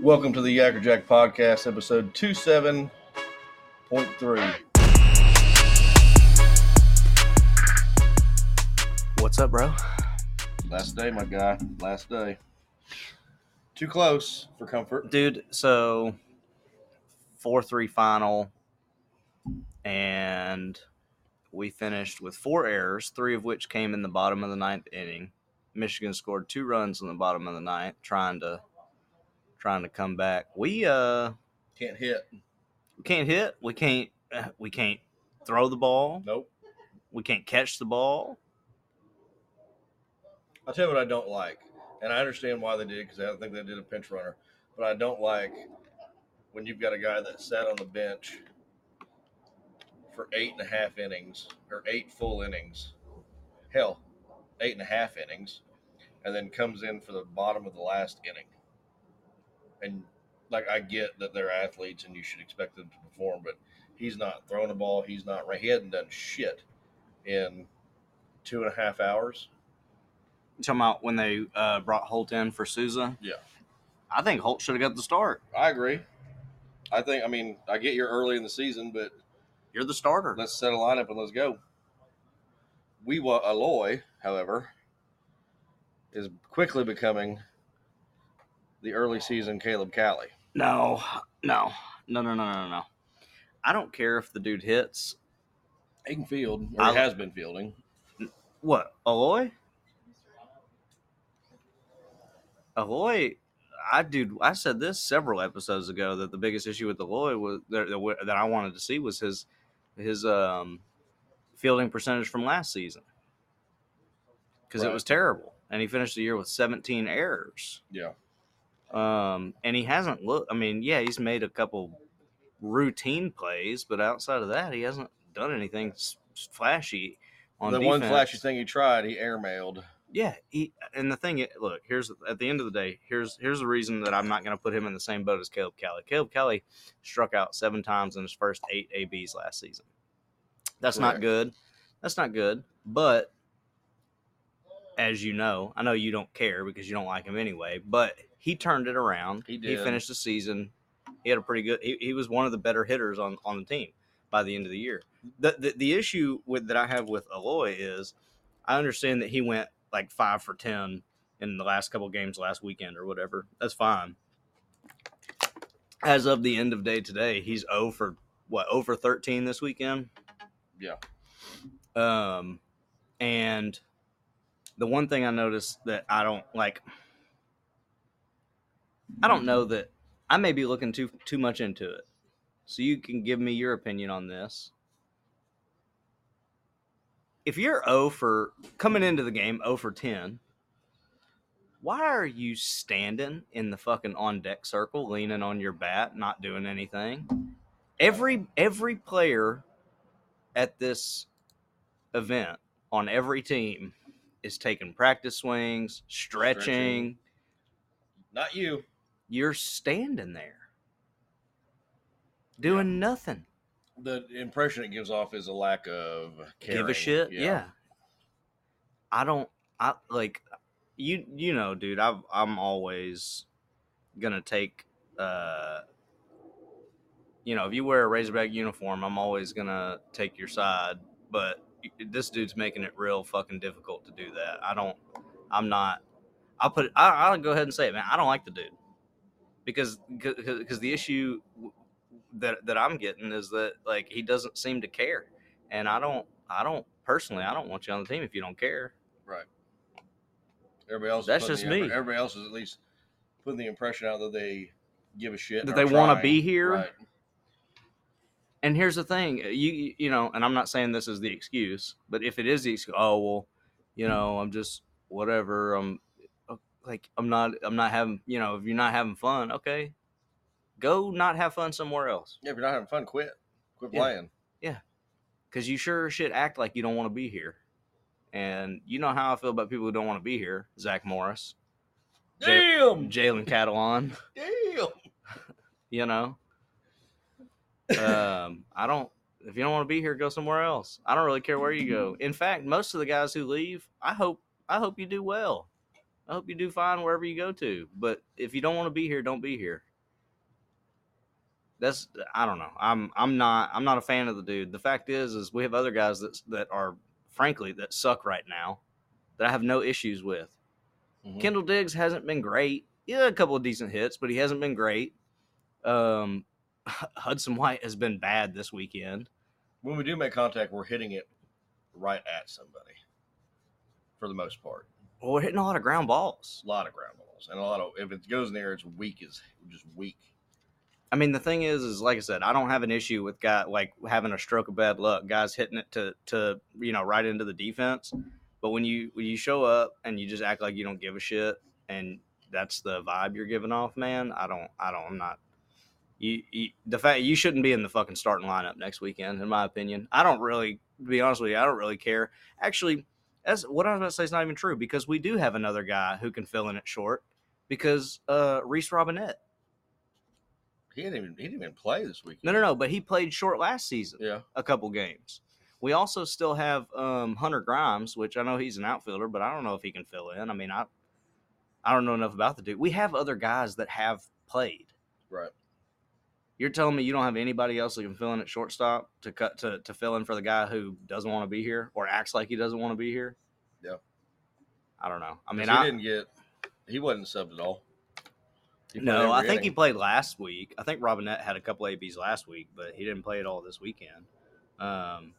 Welcome to the Yacker Jack Podcast, episode 27.3. What's up, bro? Last day, my guy. Last day. Too close for comfort. Dude, so 4 3 final, and we finished with four errors, three of which came in the bottom of the ninth inning. Michigan scored two runs in the bottom of the ninth, trying to trying to come back. We uh Can't hit. we can't hit, we can't we can't throw the ball, Nope. we can't catch the ball. I'll tell you what I don't like, and I understand why they did because I don't think they did a pinch runner, but I don't like when you've got a guy that sat on the bench for eight and a half innings or eight full innings, hell, eight and a half innings, and then comes in for the bottom of the last inning. And like I get that they're athletes and you should expect them to perform, but he's not throwing the ball. He's not. He hadn't done shit in two and a half hours. You talking about when they uh, brought Holt in for Souza? Yeah. I think Holt should have got the start. I agree. I think. I mean, I get you're early in the season, but You're the starter. let's set a lineup and let's go. We wa Aloy, however, is quickly becoming the early season Caleb Callie. No, no, no, no, no, no, no. I don't care if the dude hits. He can field, or he has been fielding. What, Aloy? Aloy, I dude, I said this several episodes ago that the biggest issue with Aloy was that, that wa- that I wanted to see was his his um fielding percentage from last season because Right. it was terrible, and he finished the year with 17 errors. Yeah, Um, and he hasn't looked. I mean, yeah, he's made a couple routine plays, but outside of that, he hasn't done anything s- flashy on the defense. one flashy thing he tried, he airmailed. Yeah, he, and the thing, i- look, here's at the end of the day, here's here's the reason that I'm not going to put him in the same boat as Caleb Kelly. Caleb Kelly struck out seven times in his first eight ABs last season. That's Correct. not good. That's not good. But as you know, I know you don't care because you don't like him anyway. But he turned it around. He He did. finished the season. He had a pretty good. He, he was one of the better hitters on on the team by the end of the year. The the, the issue with that I have with Aloy is I understand that he went like five for ten in the last couple games last weekend or whatever. That's fine. As of the end of day today, he's 0 for what, 0 for 13 this weekend? Yeah. Um and the one thing I noticed that I don't like I don't know that I may be looking too too much into it. So you can give me your opinion on this. If you're 0 for coming into the game 0 for 10, why are you standing in the fucking on deck circle, leaning on your bat, not doing anything? Every every player at this event on every team is taking practice swings, stretching. Stretching. Not you. You're standing there doing nothing. The impression it gives off is a lack of caring. give a shit. Yeah. I don't. I like you. You know, dude. I've, I'm always gonna take. uh You know, if you wear a Razorback uniform, I'm always gonna take your side. But this dude's making it real fucking difficult to do that. I don't. I'm not. I'll put. I, I'll go ahead and say it, man. I don't like the dude because because the issue w- that that I'm getting is that like he doesn't seem to care, and I don't I don't personally I don't want you on the team if you don't care. Everybody else. is That's putting just the effort- me. Everybody else is at least putting the impression out that they give a shit and That are they wanna trying. be here. Right. And here's the thing, uh, you you know, and I'm not saying this is the excuse, but if it is the excuse, oh well, you know, I'm just whatever. I'm uh, like I'm not I'm not having you know if you're not having fun, okay, go not have fun somewhere else Yeah, if you're not having fun, quit. Quit Yeah. playing. because you sure as shit act like you don't want to be here. And you know how I feel about people who don't want to be here. Zach Morris, Damn! Jalen Catalon. Damn! you know um i don't if you don't want to be here go somewhere else i don't really care where you go in fact most of the guys who leave i hope i hope you do well i hope you do fine wherever you go to but if you don't want to be here don't be here that's I don't know. I'm I'm not I'm not a fan of the dude. The fact is is we have other guys that that are frankly that suck right now that I have no issues with. Mhm. Kendall Diggs hasn't been great. Yeah, a couple of decent hits, but he hasn't been great. Um, Hudson White has been bad this weekend. When we do make contact, we're hitting it right at somebody for the most part. Well, we're hitting a lot of ground balls. A lot of ground balls and a lot of if it goes in there, it's weak as just weak. I mean, the thing is, is like I said, I don't have an issue with guy like having a stroke of bad luck, guys hitting it to to you know right into the defense. But when you when you show up and you just act like you don't give a shit, and that's the vibe you're giving off, man. I don't, I don't, I'm not. You, you the fact you shouldn't be in the fucking starting lineup next weekend, in my opinion. I don't really, to be honest with you, I don't really care. Actually, that's what I was about to say is not even true because we do have another guy who can fill in at short because uh Reese Robinette. He didn't even he didn't even play this weekend. No, no, no. But he played short last season, Yeah. a couple games. We also still have um, Hunter Grimes, which I know he's an outfielder, but I don't know if he can fill in. I mean, I, I don't know enough about the dude. We have other guys that have played. Right. You're telling me you don't have anybody else that can fill in at shortstop to cut to, to fill in for the guy who doesn't want to be here or acts like he doesn't want to be here. Yeah. I don't know. I 'Cause mean, he I, didn't get he wasn't subbed at all. He played no, I every think he inning. played last week. I think Robinette had a couple ABs last week, but he didn't play at all this weekend. Um,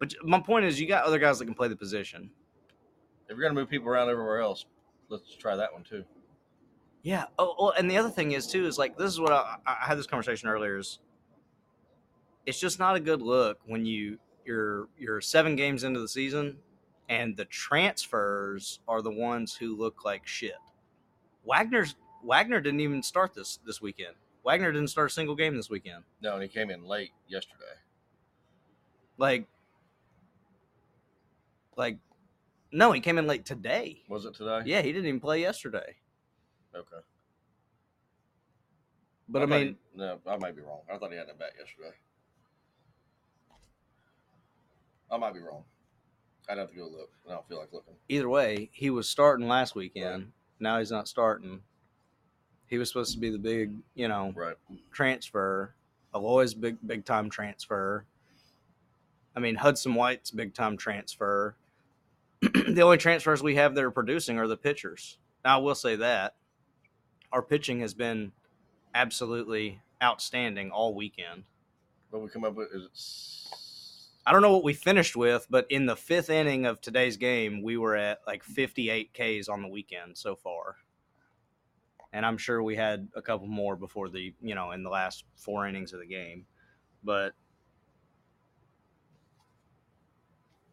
but my point is, you got other guys that can play the position. if you're gonna move people around everywhere else, let's try that one too. Yeah. Oh, well, and the other thing is too is like this is what I, I I had this conversation earlier. Is it's just not a good look when you you're you're seven games into the season, and the transfers are the ones who look like shit. Wagner's Wagner didn't even start this this weekend. Wagner didn't start a single game this weekend. No, and he came in late yesterday. like like no he came in late today Was it today? yeah he didn't even play yesterday Okay. but i, I thought he- mean no, I might be wrong. I thought he had a bat yesterday. I might be wrong. I'd have to go look. I don't feel like looking. either way he was starting last weekend now he's not starting he was supposed to be the big you know Right. transfer aloy's big big time transfer i mean hudson white's big time transfer the only transfers we have that are producing are the pitchers now i will say that our pitching has been absolutely outstanding all weekend But we come up with is it s- I don't know what we finished with, but in the fifth inning of today's game, we were at like 58 Ks on the weekend so far. And I'm sure we had a couple more before the, you know, in the last four innings of the game. But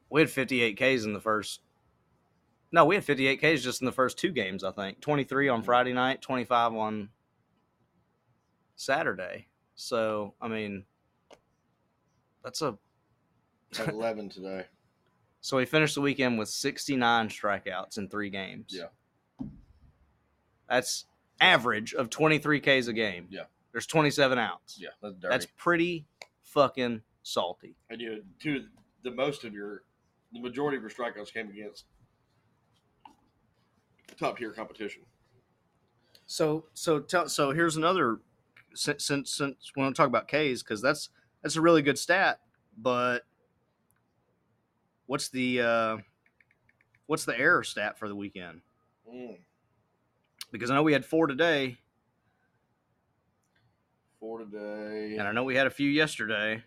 we had 58 Ks in the first. No, we had 58 Ks just in the first two games, I think. 23 on Friday night, 25 on Saturday. So, I mean, that's a had eleven today. so he finished the weekend with 69 strikeouts in three games. Yeah. That's average of 23 Ks a game. Yeah. There's 27 outs. Yeah, that's dirty. That's pretty fucking salty. and you two the most of your the majority of your strikeouts came against top tier competition. So so tell so here's another since since, since when I talk about Ks because that's that's a really good stat, but what's the uh, what's the error stat for the weekend? Mm, Because I know we had four today, four today. and I know we had a few yesterday.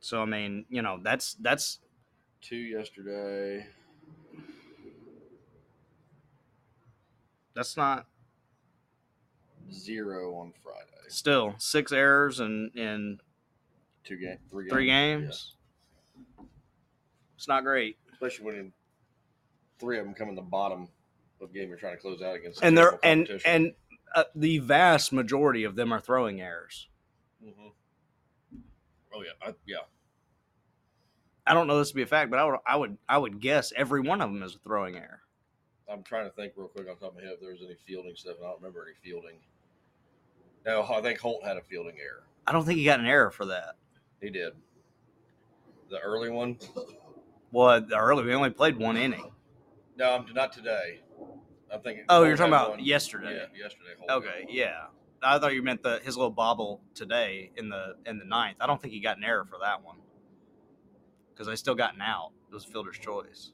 So I mean, you know, that's that's two yesterday. that's not Zero on Friday. still six errors in in Two game, three games. three games. It's not great. especially when in- three of them come in the bottom of game you're trying to close out against. and they're terrible and competition. and uh, the vast majority of them are throwing errors. Mhm. oh yeah, I, yeah. I don't know this to be a fact, but I would I would I would guess every one of them is a throwing error. I'm trying to think real quick on top of my head if there was any fielding stuff. And I don't remember any fielding. No, I think Holt had a fielding error. I don't think he got an error for that. He did. The early one. Well, early we only played one inning. No, I'm- not today. I'm thinking. Oh, Cole you're talking had about one- yesterday. Yeah, yesterday. Cole had Okay, one. yeah. I thought you meant the his little bobble today in the in the ninth. I don't think he got an error for that one because they still got an out. It was fielder's choice.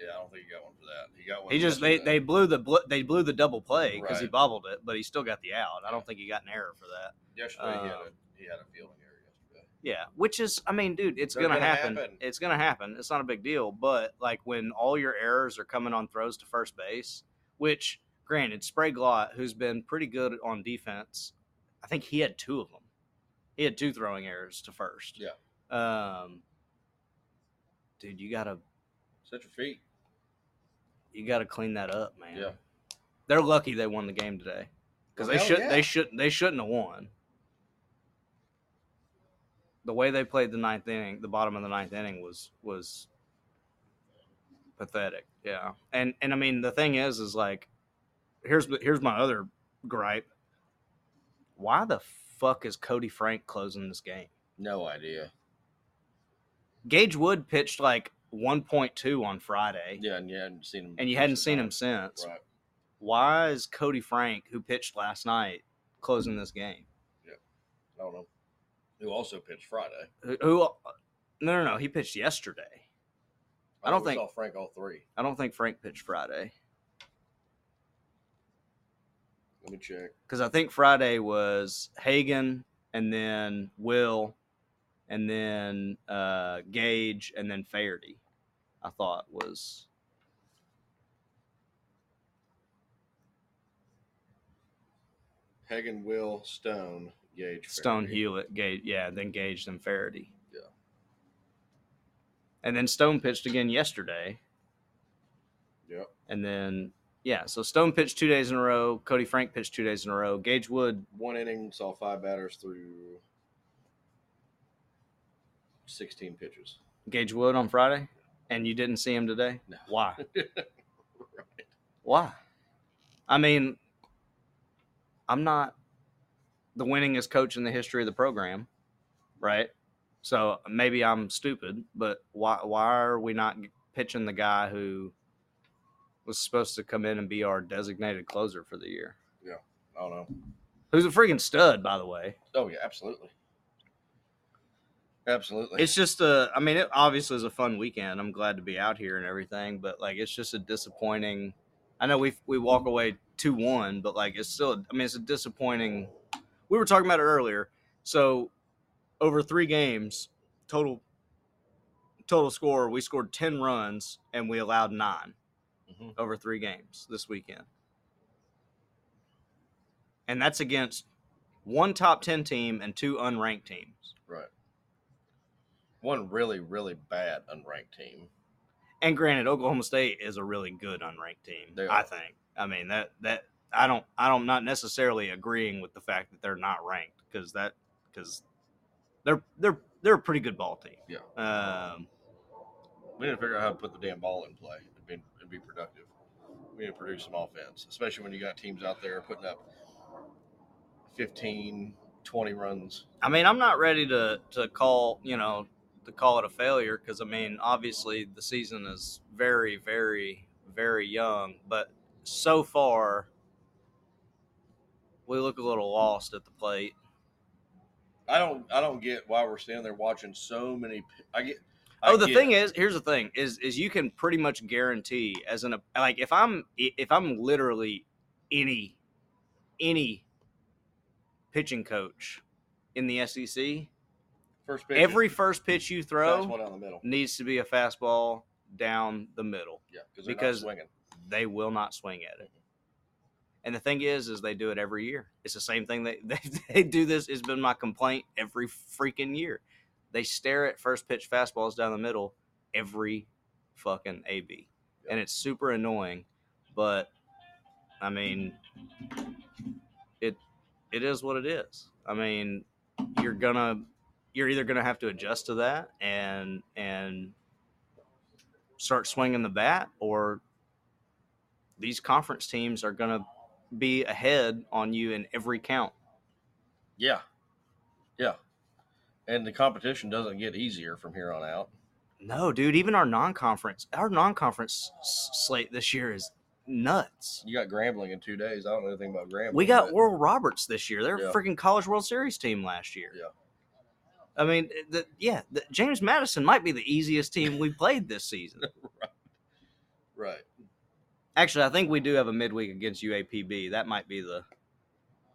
Yeah, I don't think he got one for that. He got one. He just they, yesterday. they blew the bl- they blew the double play because he Right. bobbled it, but he still got the out. I don't think he got an error for that. yesterday he, had a, um, he had a fielding error yesterday. Yeah, which is I mean, dude, it's They're gonna, gonna happen. happen. It's gonna happen. It's not a big deal. But like when all your errors are coming on throws to first base, which granted, Sprague Lott, who's been pretty good on defense, I think he had two of them. He had two throwing errors to first. Yeah. Um, dude, you gotta Set your feet. you gotta clean that up, man. Yeah. They're lucky they won the game today because they Well, should yeah. they should they shouldn't have won. The way they played the ninth inning, the bottom of the ninth inning was was pathetic. Yeah, and and I mean the thing is is like here's here's my other gripe. Why the fuck is Cody Frank closing this game? No idea. Gage Wood pitched like 1.2 on Friday, Yeah, and you hadn't seen him. and you since hadn't the seen him ninth. since. Right. why is Cody Frank, who pitched last night, closing this game? I don't know. Who also pitched Friday? Who, who no, no, no, he pitched yesterday. I don't we think- saw Frank all three. I don't think Frank pitched Friday Let me check. because I think Friday was Hagan and then Will and then uh, Gage and then Faherty. I thought was Hagan, Will, Stone, Gage, Stone Fairview. Hewlett, Gage, yeah, then Gage, then Faraday. Yeah. And then Stone pitched again yesterday. Yep. And then, yeah, so Stone pitched two days in a row. Cody Frank pitched two days in a row. Gage Wood, One inning, saw five batters through sixteen pitches. Gage Wood on Friday, and you didn't see him today? No. Why? Why? I mean, I'm not the winningest coach in the history of the program, right? So maybe I'm stupid, but why why are we not pitching the guy who was supposed to come in and be our designated closer for the year? I don't know. Who's a freaking stud, by the way. Oh yeah, absolutely, absolutely. It's just a, I mean, it obviously is a fun weekend. I'm glad to be out here and everything, but like, it's just a disappointing. I know we we walk away two one, but like, it's still. I mean, it's a disappointing. We were talking about it earlier. So, over three games, total total score, we scored ten runs and we allowed nine Mhm. over three games this weekend, and that's against one top ten team and two unranked teams. right. One really, really bad unranked team. And granted, Oklahoma State is a really good unranked team. They I are. think. I mean that that I don't I don't not necessarily agreeing with the fact that they're not ranked because that because they're they're they're a pretty good ball team. Yeah. Um, We need to figure out how to put the damn ball in play and be, and be productive. We need to produce some offense, especially when you got teams out there putting up 15, 20 runs. I mean, I'm not ready to to call you know to call it a failure because I mean, obviously the season is very, very, very young, but so far we look a little lost at the plate. I don't, I don't get why we're standing there watching so many. p- I get. I oh, the get- thing is, here's the thing: is is you can pretty much guarantee as an like if I'm if I'm literally any any pitching coach in the SEC, first pitch is every first pitch you fast throw one down the middle. needs to be a fastball down the middle. Yeah, because they're because- not swinging. They will not swing at it. And the thing is, is they do it every year. It's the same thing they they, they do this. It's been my complaint every freaking year. They stare at first pitch fastballs down the middle every fucking AB, and it's super annoying. But I mean, it it is what it is. I mean, you're gonna you're either gonna have to adjust to that and and start swinging the bat, or these conference teams are gonna be ahead on you in every count. Yeah, yeah, and the competition doesn't get easier from here on out. No, dude, even our non-conference, our non-conference s- slate this year is nuts. You got Grambling in two days. I don't know anything about Grambling. We got but Oral Roberts this year. They're Yeah. a freaking College World Series team last year. Yeah. I mean, the, yeah, the, James Madison might be the easiest team we played this season. right. Actually, I think we do have a midweek against UAPB. That might be the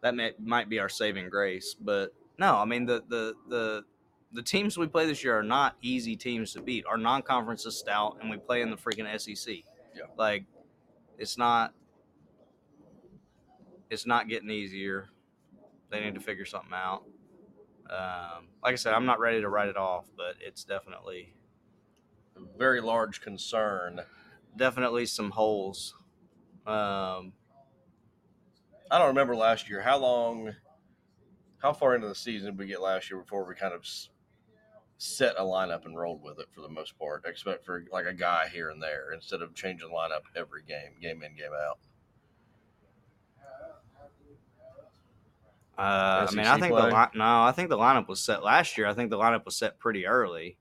that may, might be our saving grace. But no, I mean the the the the teams we play this year are not easy teams to beat. Our non-conference is stout, and we play in the freaking SEC. Yeah. Like it's not it's not getting easier. They need to figure something out. Um, like I said, I'm not ready to write it off, but it's definitely Very large concern. definitely some holes. Um, I don't remember last year. How long, how far into the season did we get last year before we kind of s- set a lineup and rolled with it for the most part, except for like a guy here and there instead of changing lineup every game, game in, game out? Uh, I mean, I SEC think play? the li- no, I think the lineup was set last year. I think the lineup was set pretty early.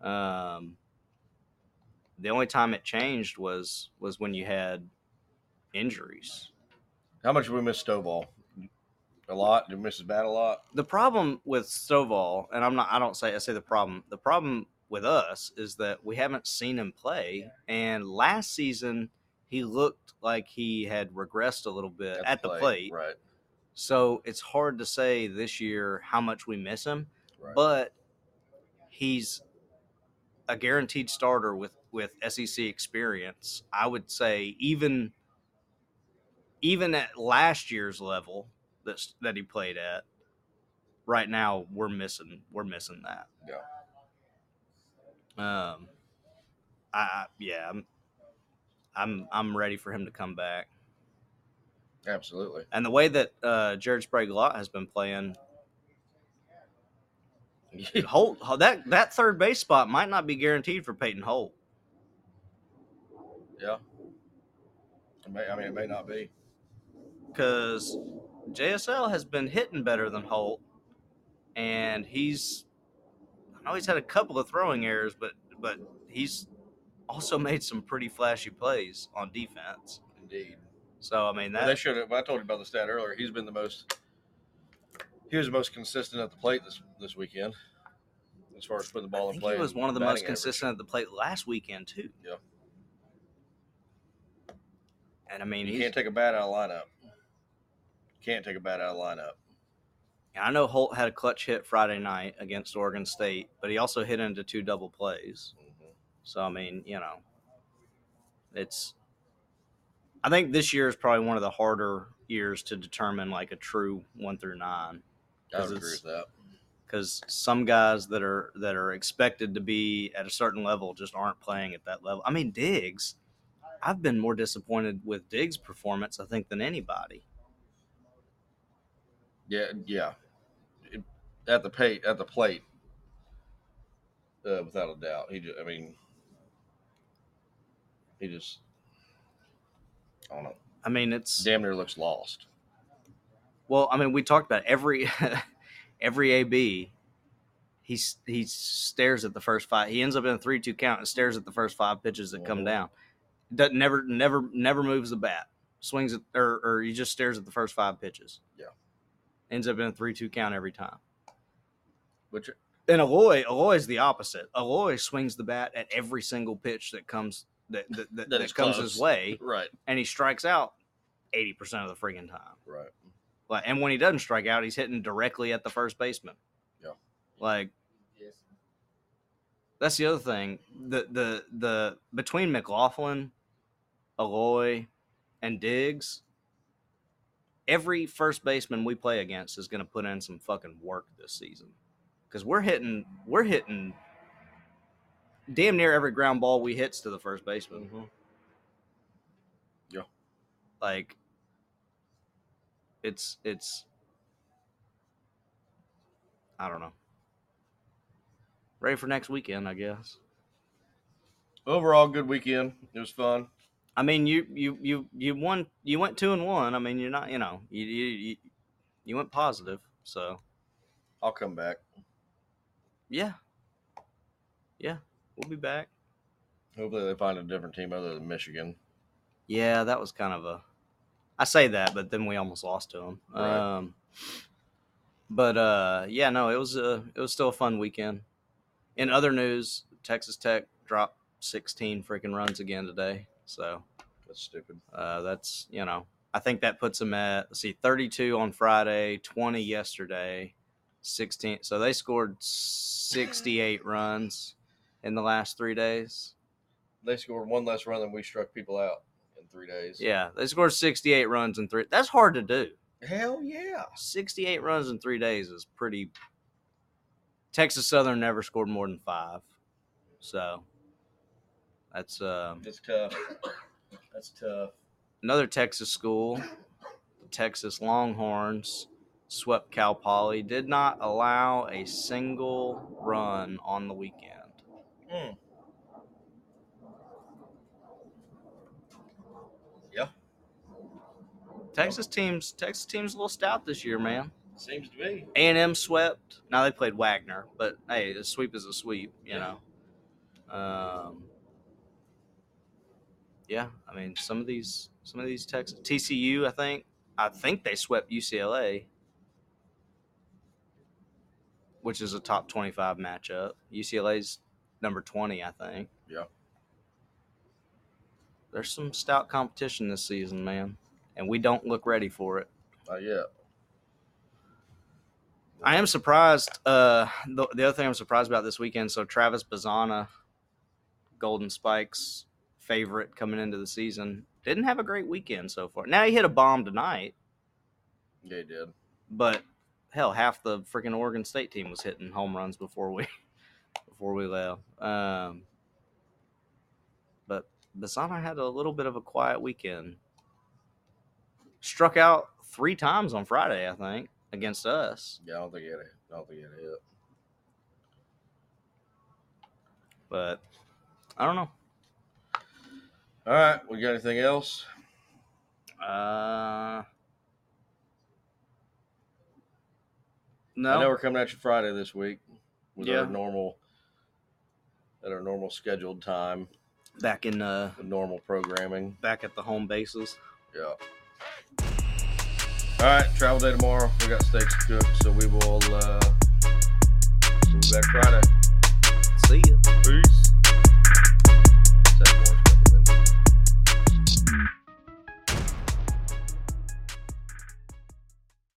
Um, the only time it changed was was when you had injuries. How much did we miss Stovall? A lot. Did we miss his bat a lot? The problem with Stovall, and I'm not, I don't say I say the problem. The problem with us is that we haven't seen him play, and last season he looked like he had regressed a little bit at, the plate. Right. So it's hard to say this year how much we miss him. Right. but he's a guaranteed starter with with SEC experience. I would say even even at last year's level that that he played at, right now we're missing we're missing that. Yeah. Um. I- I yeah. I'm I'm I'm ready for him to come back. Absolutely. And the way that uh, Jared Sprague Lott has been playing, dude, Holt that that third base spot might not be guaranteed for Peyton Holt. Yeah. It may, I mean, it may not be. because JSL has been hitting better than Holt, and he's I know he's had a couple of throwing errors, but but he's also made some pretty flashy plays on defense. Indeed. So I mean Well, they that should have. I told you about the stat earlier. He's been the most. He was the most consistent at the plate this this weekend, as far as putting the ball I in think play. he was and one of the most batting average. consistent at the plate last weekend too. Yeah. And I mean, You he's, can't take a bat out of lineup. Can't take a bat out of lineup. I know Holt had a clutch hit Friday night against Oregon State, but he also hit into two double plays. Mm-hmm. So I mean, you know, it's. I think this year is probably one of the harder years to determine like a true one through nine I 'Cause would agree it's- with that. because some guys that are that are expected to be at a certain level just aren't playing at that level. I mean, Diggs, I've been more disappointed with Diggs' performance I think than anybody. Yeah, yeah. It- at the plate, at the plate, uh, without a doubt. He, just, I mean, he just, I don't know. I mean, it's Damn near looks lost. Well, I mean, we talked about every every AB. He s- he stares at the first five. He ends up in a three-two count and stares at the first five pitches that come Mhm. down. Doesn't never never never moves the bat. Swings at or or he just stares at the first five pitches. Yeah. Ends up in a three-two count every time. Which And Aloy Aloy's the opposite. Aloy swings the bat at every single pitch that comes that that, that, That that is comes close. his way, right, and he strikes out eighty percent of the friggin' time. right. Like, and when he doesn't strike out, he's hitting directly at the first baseman. Yeah. Like, that's the other thing. The the the between McLaughlin, Aloy, and Diggs, every first baseman we play against is going to put in some fucking work this season because we're hitting we're hitting damn near every ground ball we hits to the first Mm-hmm. baseman. Yeah. Like, it's it's. I don't know. Ready for next weekend, I guess. Overall, good weekend. It was fun. I mean, you you you you won. You went two and one. I mean, you're not. You know, you you you, you went positive. So I'll come back. yeah, yeah, we'll be back. Hopefully, they find a different team other than Michigan. Yeah, that was kind of a. I say that, but then we almost lost to him. Right. Um, but uh, yeah, no, it was a it was still a fun weekend. In other news, Texas Tech dropped 16 freaking runs again today. So That's stupid. uh, that's you know I think that puts them at let's see 32 on Friday, 20 yesterday, 16. So they scored 68 runs in the last three days. They scored one less run than we struck people out in three days. Yeah, they scored 68 runs in three. That's hard to do. Hell yeah. 68 runs in three days is pretty. Texas Southern never scored more than five, so that's um, That's tough. That's tough. another Texas school. The Texas Longhorns swept Cal Poly. Did not allow a single run on the weekend. Mm. Texas teams, Texas teams, a little stout this year, man. Seems to be. A and M swept. Now they played Wagner, but hey, a sweep is a sweep, you Yeah. know. Um, yeah, I mean some of these some of these Texas TCU, I think I think they swept UCLA, which is a top twenty five matchup. UCLA's number twenty, I think. Yeah. There's some stout competition this season, man, and we don't look ready for it. Not yet. I am surprised. Uh, the, the other thing I'm surprised about this weekend. So Travis Bazana, Golden Spikes favorite coming into the season, didn't have a great weekend so far. Now he hit a bomb tonight, Yeah, he did. but hell, half the freaking Oregon State team was hitting home runs before we before we left. Um, but Bazana had a little bit of a quiet weekend. Struck out three times on Friday, I think, against us. Yeah, I don't think he had a, I don't think he had a hit. But I don't know. All right. We got anything else? Uh, I know no. we're coming at you Friday this week with Yeah. our normal at our normal scheduled time, Back in uh, the normal programming. back at the home bases. Yeah. All right, travel day tomorrow. We got steaks to cook, so we will uh,